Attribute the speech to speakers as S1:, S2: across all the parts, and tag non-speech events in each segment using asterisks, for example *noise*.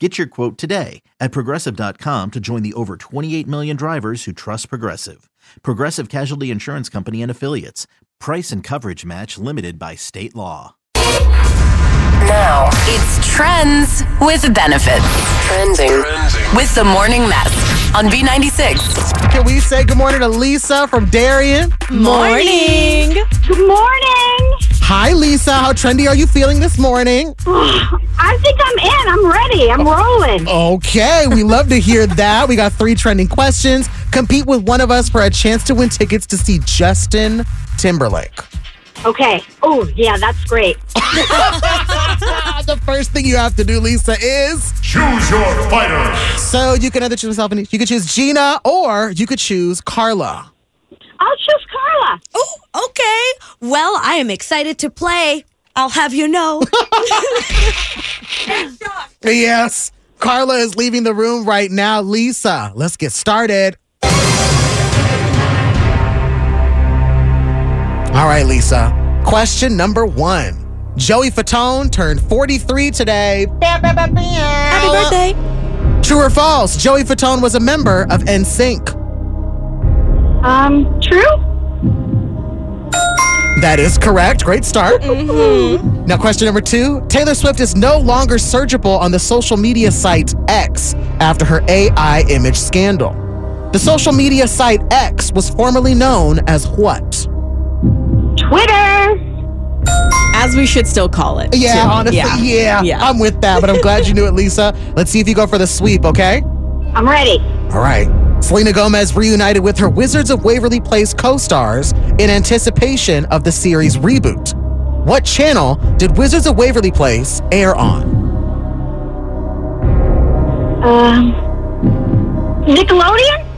S1: Get your quote today at progressive.com to join the over 28 million drivers who trust Progressive. Progressive Casualty Insurance Company and Affiliates. Price and coverage match limited by state law.
S2: Now it's trends with benefits. Trending, with the morning mess on B96.
S3: Can we say good morning to Lisa from Darien?
S4: Morning.
S5: Good morning. *sighs*
S3: Hi, Lisa. How trendy are you feeling this morning?
S5: I think I'm in. I'm ready. I'm rolling.
S3: Okay, we love to hear that. We got three trending questions. Compete with one of us for a chance to win tickets to see Justin Timberlake.
S5: Okay. Oh, yeah, that's great.
S3: the first thing you have to do, Lisa, is
S6: Choose your fighter.
S3: so you can either choose yourself, and you could choose Gina or you could choose Carla.
S5: I'll choose Carla.
S4: Oh, okay. Well, I am excited to play. I'll have
S5: *laughs*
S4: you know.
S3: Yes, Carla is leaving the room right now. Lisa, let's get started. All right, Lisa. Question number one. Joey Fatone turned 43 today.
S4: Happy birthday.
S3: True or false? Joey Fatone was a member of NSYNC.
S5: Um, true?
S3: That is correct. Great start. Now, question number two. Taylor Swift is no longer searchable on the social media site X after her AI image scandal. The social media site X was formerly known as what?
S5: Twitter.
S7: as we should still call it.
S3: Yeah,
S7: too.
S3: honestly, yeah.
S7: Yeah.
S3: I'm with that, but I'm glad you knew it, Lisa. Let's see if you go for the sweep, okay?
S5: I'm ready.
S3: All right. Selena Gomez reunited with her Wizards of Waverly Place co stars in anticipation of the series reboot. What channel did Wizards of Waverly Place air on?
S5: Um, Nickelodeon?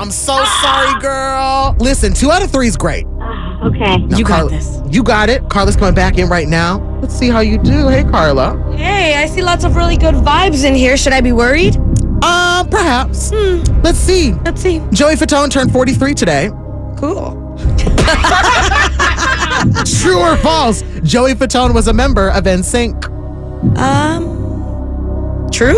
S3: I'm so sorry, girl. Listen, two out of three is great.
S5: Ah, okay.
S3: Now,
S7: You got this.
S3: You got it. Carla's coming back in right now. Let's see how you do. Hey, Carla.
S4: Hey, I see lots of really good vibes in here. Should I be worried?
S3: Um, perhaps. Let's see.
S4: Let's see.
S3: Joey Fatone turned 43 today.
S4: Cool.
S3: *laughs* True or false? Joey Fatone was a member of NSYNC.
S4: Um, true?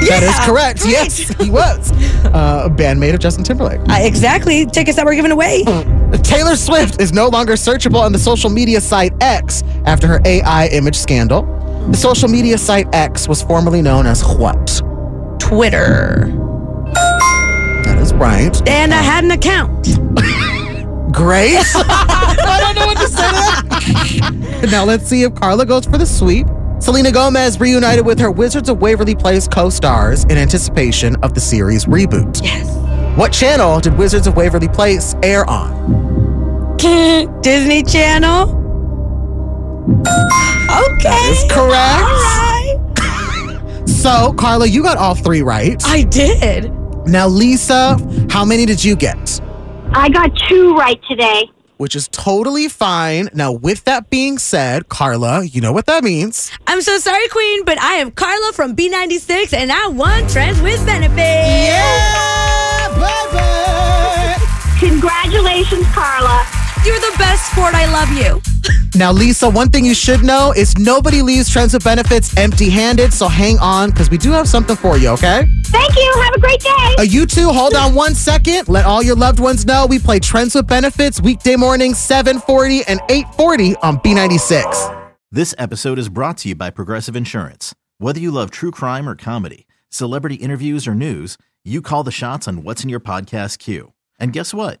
S3: that is correct. Yes, he was uh, a bandmate of Justin Timberlake.
S4: I, Uh, exactly. Tickets that we're giving away.
S3: Taylor Swift is no longer searchable on the social media site X after her AI image scandal. The social media site X was formerly known as what?
S4: Twitter.
S3: That is right.
S4: And I had an account. *laughs*
S3: Grace? *laughs* I don't know what to say *laughs* to that. now let's see if Carla goes for the sweep. Selena Gomez reunited with her Wizards of Waverly Place co stars in anticipation of the series reboot.
S4: Yes.
S3: What channel did Wizards of Waverly Place air on?
S4: Disney Channel. Okay.
S3: It's
S4: All
S3: correct.
S4: right.
S3: *laughs* So, Carla, you got all three right.
S4: I did.
S3: now, Lisa, how many did you get?
S5: I got two right today.
S3: Which is totally fine. Now, with that being said, Carla, you know what that means.
S4: I'm so sorry, Queen, but I am Carla from B96, and I want Trends with Benefits.
S3: Yeah, baby!
S5: Congratulations, Carla.
S4: You're the best sport. I love you.
S3: Now, Lisa, one thing you should know is nobody leaves Trends with Benefits empty handed. So hang on because we do have something for you, okay?
S5: Thank you. Have a great day.
S3: Uh, you two, hold on one second. Let all your loved ones know we play Trends with Benefits weekday mornings, 740 and 840 on B96.
S1: This episode is brought to you by Progressive Insurance. Whether you love true crime or comedy, celebrity interviews or news, you call the shots on what's in your podcast queue. And guess what?